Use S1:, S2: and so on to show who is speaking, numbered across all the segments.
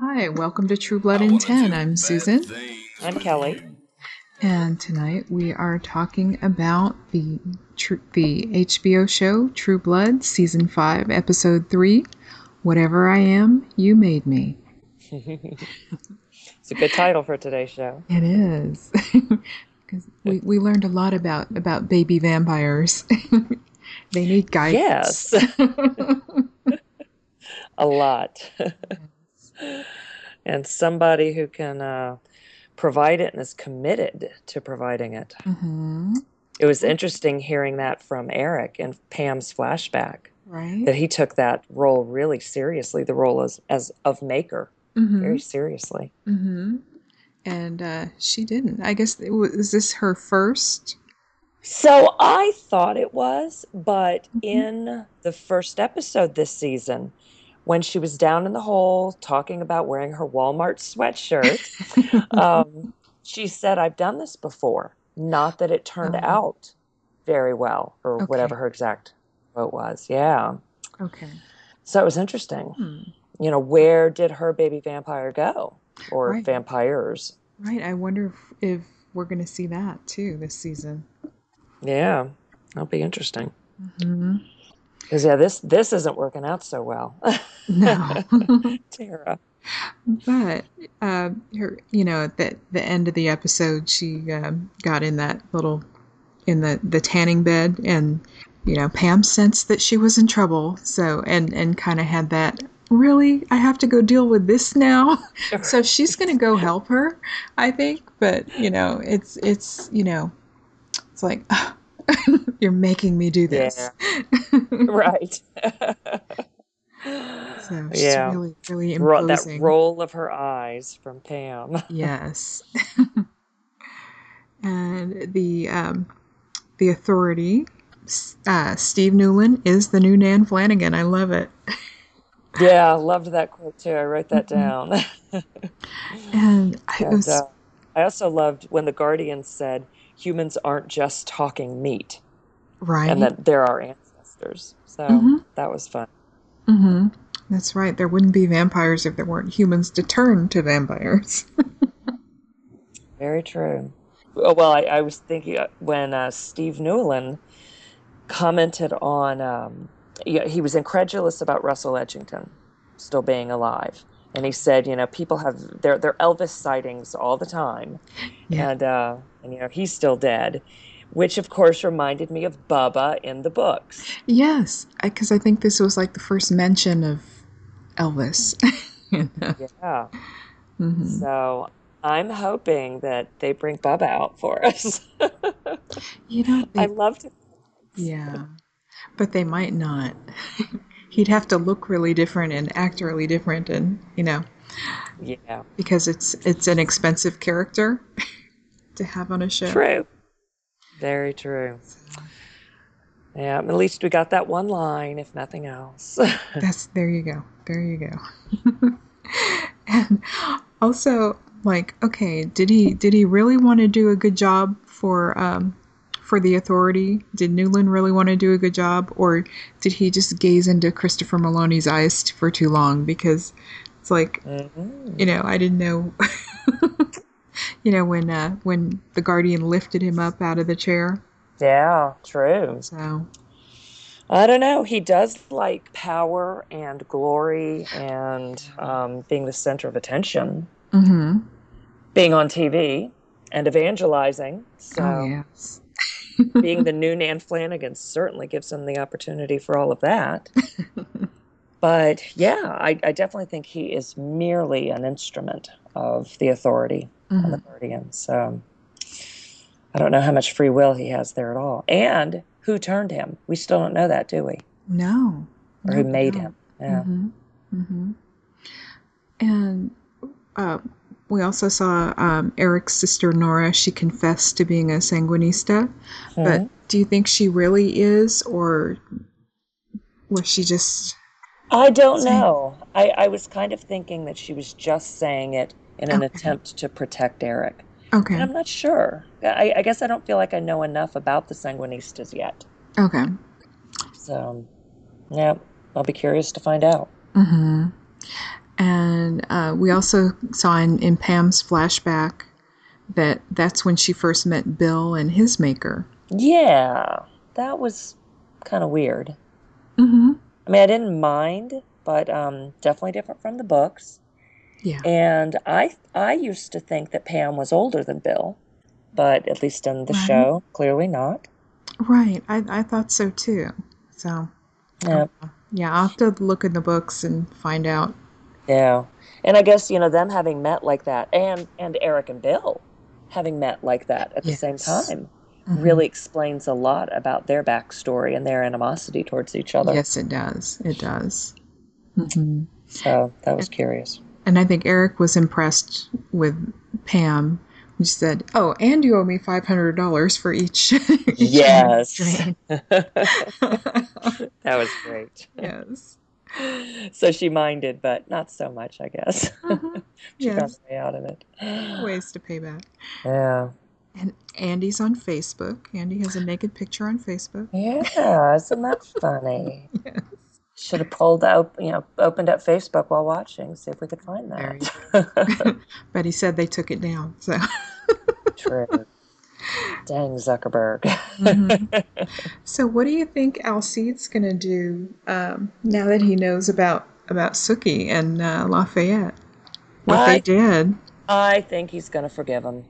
S1: Hi, welcome to True Blood in 10. I'm Susan,
S2: I'm Kelly.
S1: and tonight we are talking about the tr- the HBO show True Blood, season 5, episode 3, Whatever I Am, You Made Me.
S2: it's a good title for today's show.
S1: It is. Cuz we, we learned a lot about about baby vampires. they need guidance. Uh-huh.
S2: A lot. and somebody who can uh, provide it and is committed to providing it.
S1: hmm
S2: It was interesting hearing that from Eric and Pam's flashback
S1: Right?
S2: that he took that role really seriously, the role as, as of maker,
S1: Mhm.
S2: very seriously.
S1: Mm-hmm. And uh, she didn't. I guess it was, is this her 1st
S2: So I thought it was, but
S1: Mhm.
S2: in the first episode this season, when she was down in the hole talking about wearing her Walmart sweatshirt,
S1: Uh,
S2: um, she said, I've done this before. Not that it turned
S1: Oh.
S2: out very well, or
S1: Okay.
S2: whatever her exact quote was. Yeah.
S1: Okay.
S2: So it was interesting.
S1: Hmm.
S2: You know, where did her baby vampire go? Or
S1: Right.
S2: vampires?
S1: Right. I wonder if, if we're going to see that too this season.
S2: Yeah. That'll be interesting.
S1: hmm
S2: Because, yeah, this, this isn't working out so well.
S1: No.
S2: Tara.
S1: but uh, her, you know, at the, the end of the episode, she um, got in that little in the the tanning bed and you know pam sensed that she was in trouble so and and kind of had that really i have to go deal with this now so she's going to go help her i think but you know it's it's you know it's like you're making me do this
S2: Right.
S1: so she's
S2: yeah.
S1: really really
S2: Ro- that
S1: imposing
S2: roll of her eyes from Pam.
S1: yes and the um the authority S- uh, steve newland is the new nan flanagan i love it
S2: Yeah, I loved that quote too. I wrote that
S1: Mm-hmm.
S2: down.
S1: and I- it
S2: and
S1: was
S2: uh, I also loved when the Guardian said humans aren't just talking meat and
S1: Right.
S2: that they're our ancestors. So
S1: hmm
S2: that was fun.
S1: hmm That's right. There wouldn't be vampires if there weren't humans to turn to vampires.
S2: Very true. Oh, well, I, I was thinking uh, when uh, Steve Newland commented on um, yeah, he was incredulous about Russell Edgington still being alive, and he said, you know, people have their their Elvis sightings all the time,
S1: yeah.
S2: and uh, and you know he's still dead, which of course reminded me of Bubba in the books.
S1: Yes, because I, think this was like the first mention of Elvis.
S2: Yeah,
S1: hmm
S2: so I'm hoping that they bring Bubba out for us.
S1: You know,
S2: I
S1: they,
S2: loved him.
S1: yeah, but they might not. He'd have to look really different and act really different, and you know,
S2: Yeah,
S1: because it's it's an expensive character to have on a show.
S2: true, very true.
S1: So
S2: Yeah, at least we got that one line, if nothing else.
S1: that's there you go, there you go. And also, like, okay, did he did he really want to do a good job for um, for the authority? Did Newland really want to do a good job, or did he just gaze into Christopher Maloney's eyes t- for too long? Because it's like,
S2: hmm
S1: you know, I didn't know, you know, when uh, when the guardian lifted him up out of the chair.
S2: Yeah, true.
S1: So
S2: I don't know. He does like power and glory and um, being the center of attention, Mm-hmm.
S1: hmm
S2: being on TV and evangelizing.
S1: Oh
S2: So,
S1: yes.
S2: being the new Nan Flanagan certainly gives him the opportunity for all of that. But yeah, I, I definitely think he is merely an instrument of the authority and
S1: hmm
S2: the guardian. So, I don't know how much free will he has there at all. And who turned him? We still don't know that, do we?
S1: No,
S2: Or who
S1: no, we
S2: made
S1: don't.
S2: him? Yeah.
S1: hmm hmm And uh, we also saw um, Eric's sister Nora. She confessed to being a sanguinista, Mm-hmm. but
S2: Hmm.
S1: do you think she really is, or was she just
S2: I don't
S1: saying?
S2: know. I, I was kind of thinking that she was just saying it in an
S1: Okay,
S2: attempt to protect Eric. And
S1: okay,
S2: I'm not sure. I, I guess I don't feel like I know enough about the Sanguinistas yet.
S1: okay.
S2: So, yeah, I'll be curious to find out.
S1: hmm And uh, we also saw in, in Pam's flashback that that's when she first met Bill and his maker.
S2: Yeah, that was kind of weird.
S1: Mm-hmm.
S2: I mean, I didn't mind, but um, definitely different from the books.
S1: Yeah.
S2: And I I used to think that Pam was older than Bill, but at least in the
S1: Right.
S2: show, clearly not.
S1: Right. I, I thought so too. So, um,
S2: Yeah.
S1: yeah, I'll have to look in the books and find out.
S2: Yeah. And I guess, you know, them having met like that and and Eric and Bill having met like that at the same
S1: Yes.
S2: time
S1: Mhm.
S2: really explains a lot about their backstory and their animosity towards each other.
S1: Mm-hmm. Yes, it does. It does.
S2: Mm-hmm.
S1: hmm
S2: So that was curious.
S1: And I think Eric was impressed with Pam, who said, "Oh, and you owe me five hundred dollars for each." each
S2: Yes.
S1: drain."
S2: that was great.
S1: yes.
S2: So she minded, but not so much, I guess.
S1: Mhm.
S2: she got
S1: Yes.
S2: way out of it.
S1: Ways to pay back.
S2: Yeah.
S1: And Andy's on Facebook. Andy has a naked picture on Facebook.
S2: Yeah, isn't that funny?
S1: Yes.
S2: Should have pulled out, you know, opened up Facebook while watching, see if we could find
S1: There
S2: that. True.
S1: But he said they took it down. So
S2: Dang Zuckerberg.
S1: Mhm. So, what do you think Alcide's going to do um, now that he knows about about Suki and uh, Lafayette? What
S2: I-
S1: they did.
S2: I think he's going to forgive him.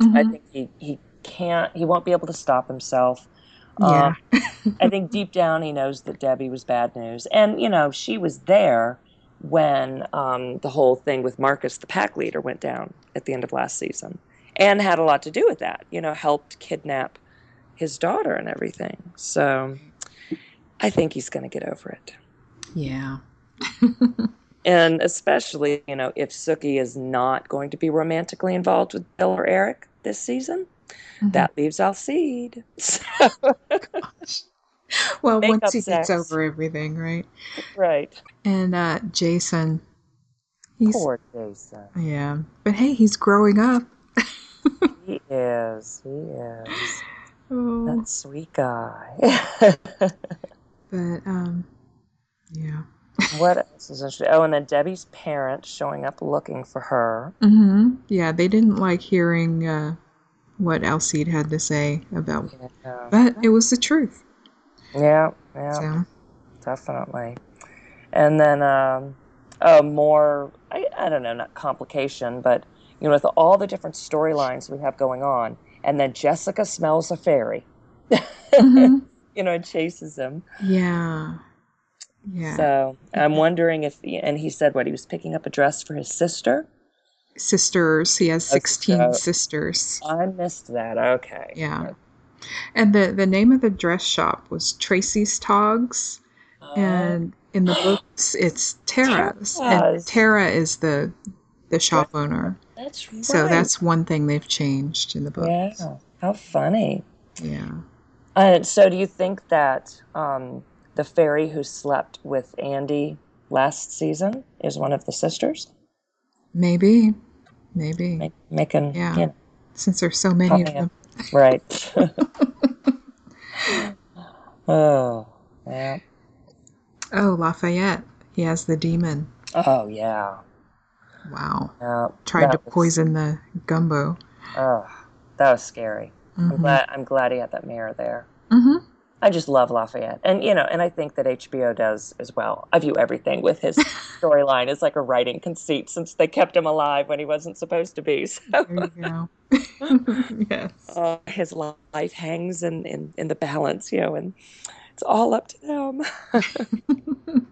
S2: I
S1: Mhm.
S2: think he, he can't, he won't be able to stop himself.
S1: yeah.
S2: Um, I think deep down he knows that Debbie was bad news. And, you know, she was there when um, the whole thing with Marcus, the pack leader, went down at the end of last season and had a lot to do with that, you know, helped kidnap his daughter and everything. So I think he's going to get over it.
S1: Yeah.
S2: And especially, you know, if Suki is not going to be romantically involved with Bill or Eric this season,
S1: Mhm.
S2: that leaves Alcide. So,
S1: well,
S2: Makeup
S1: once he gets
S2: sex.
S1: over everything, right?
S2: right.
S1: And uh, Jason, he's
S2: Poor Jason.
S1: yeah. But hey, he's growing up.
S2: He is. He is.
S1: Oh.
S2: That sweet guy.
S1: But um, yeah.
S2: what else is interesting? Oh, and then Debbie's parents showing up looking for her.
S1: hmm Yeah, they didn't like hearing uh, what Alcide had to say about,
S2: Yeah.
S1: but it was the truth.
S2: Yeah. Yeah.
S1: So
S2: definitely. And then um, a more, I, I don't know, not complication, but you know, with all the different storylines we have going on, and then Jessica smells a fairy,
S1: Mhm.
S2: you know, and chases him.
S1: yeah, yeah. Mm-hmm.
S2: So I'm wondering if, and he said what he was picking up a dress for his sister.
S1: sisters. He has
S2: Oh,
S1: sixteen
S2: sister.
S1: sisters.
S2: I missed that. Okay.
S1: Yeah. And the the name of the dress shop was Tracy's Togs,
S2: Uh,
S1: and in the books it's Tara's, and
S2: Tara's.
S1: Tara is the the shop owner.
S2: that's right.
S1: So that's one thing they've changed in the
S2: yeah.
S1: books.
S2: How funny.
S1: Yeah.
S2: Uh, so, do you think that um, the fairy who slept with Andy last season is one of the sisters?
S1: Maybe, maybe.
S2: Make, making,
S1: Yeah.
S2: you know,
S1: Since there's so many of
S2: Probably a-
S1: them.
S2: right. oh, yeah.
S1: Oh, Lafayette. He has the demon.
S2: Oh, yeah.
S1: Wow.
S2: Yeah.
S1: Tried to
S2: That was-
S1: poison the gumbo.
S2: Oh, that was scary. I'm
S1: Mhm.
S2: glad. I'm glad he had that mirror there.
S1: Mhm.
S2: I just love Lafayette, and you know, and I think that HBO does as well. I view everything with his storyline as like a writing conceit, since they kept him alive when he wasn't supposed to be. So.
S1: There you go. yes.
S2: uh, his li- life hangs in, in, in the balance, you know, and it's all up to them. but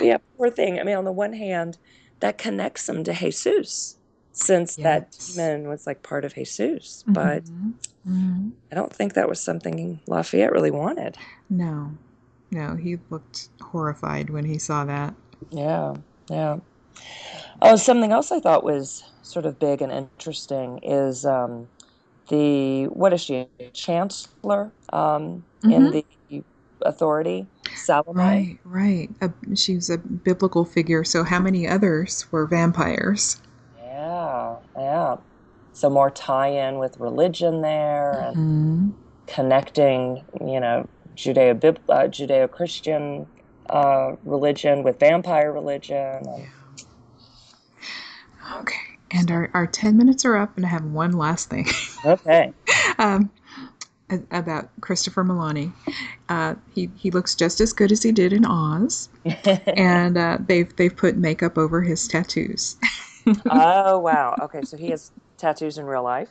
S2: yeah, poor thing. I mean, on the one hand, that connects him to Jesus, since that
S1: Yes.
S2: demon was like part of Jesus. But
S1: Mhm. Mhm.
S2: I don't think that was something Lafayette really wanted.
S1: No. No, he looked horrified when he saw that.
S2: Yeah, yeah. Oh, something else I thought was sort of big and interesting is um, the what is she chancellor um, in the authority Salome?
S1: Mm-hmm. Right, right. A, she was a biblical figure, so how many others were vampires?
S2: Yeah, yeah. So more tie-in with religion there and
S1: Mhm.
S2: connecting, you know, Judeo uh, Judeo-Christian uh, religion with vampire religion. and-
S1: Okay. And our, our 10 minutes are up, and I have one last thing.
S2: Okay.
S1: um, a- about Christopher Maloney. Uh, he, he looks just as good as he did in Oz, and uh, they've, they've put makeup over his tattoos.
S2: oh wow. Okay, so he has tattoos in real life.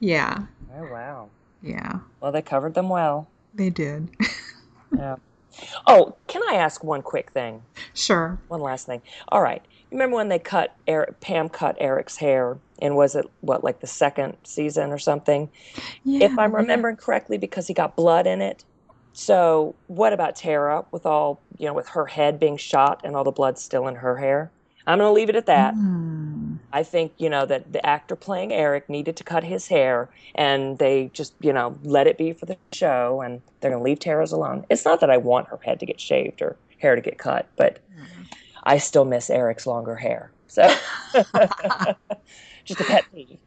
S1: yeah,
S2: Oh wow.
S1: yeah,
S2: Well, they covered them well.
S1: they did.
S2: Yeah. Oh, can I ask one quick thing?
S1: sure.
S2: One last thing. All right. Remember when they cut Eric, Pam cut Eric's hair, and was it what like the second season or something?
S1: Yeah,
S2: if I'm
S1: yeah.
S2: remembering correctly, because he got blood in it. So what about Tara with all you know, with her head being shot and all the blood still in her hair? I'm gonna leave it at that.
S1: Hmm.
S2: I think, you know, that the actor playing Eric needed to cut his hair and they just, you know, let it be for the show and they're gonna leave Tara's alone. It's not that I want her head to get shaved or hair to get cut, but I still miss Eric's longer hair. So just a pet peeve.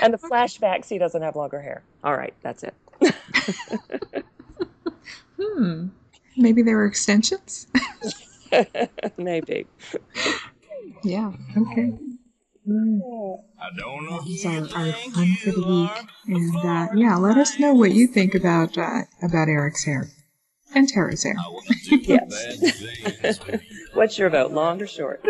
S2: And the flashbacks, he doesn't have longer hair. All right, that's it.
S1: Hmm. Maybe they were extensions?
S2: Maybe.
S1: yeah. Okay. That was our, our fun for the week. And uh, yeah, let us know what you think about uh, about Eric's hair and Tara's hair.
S2: Yes. What's your vote, long or short?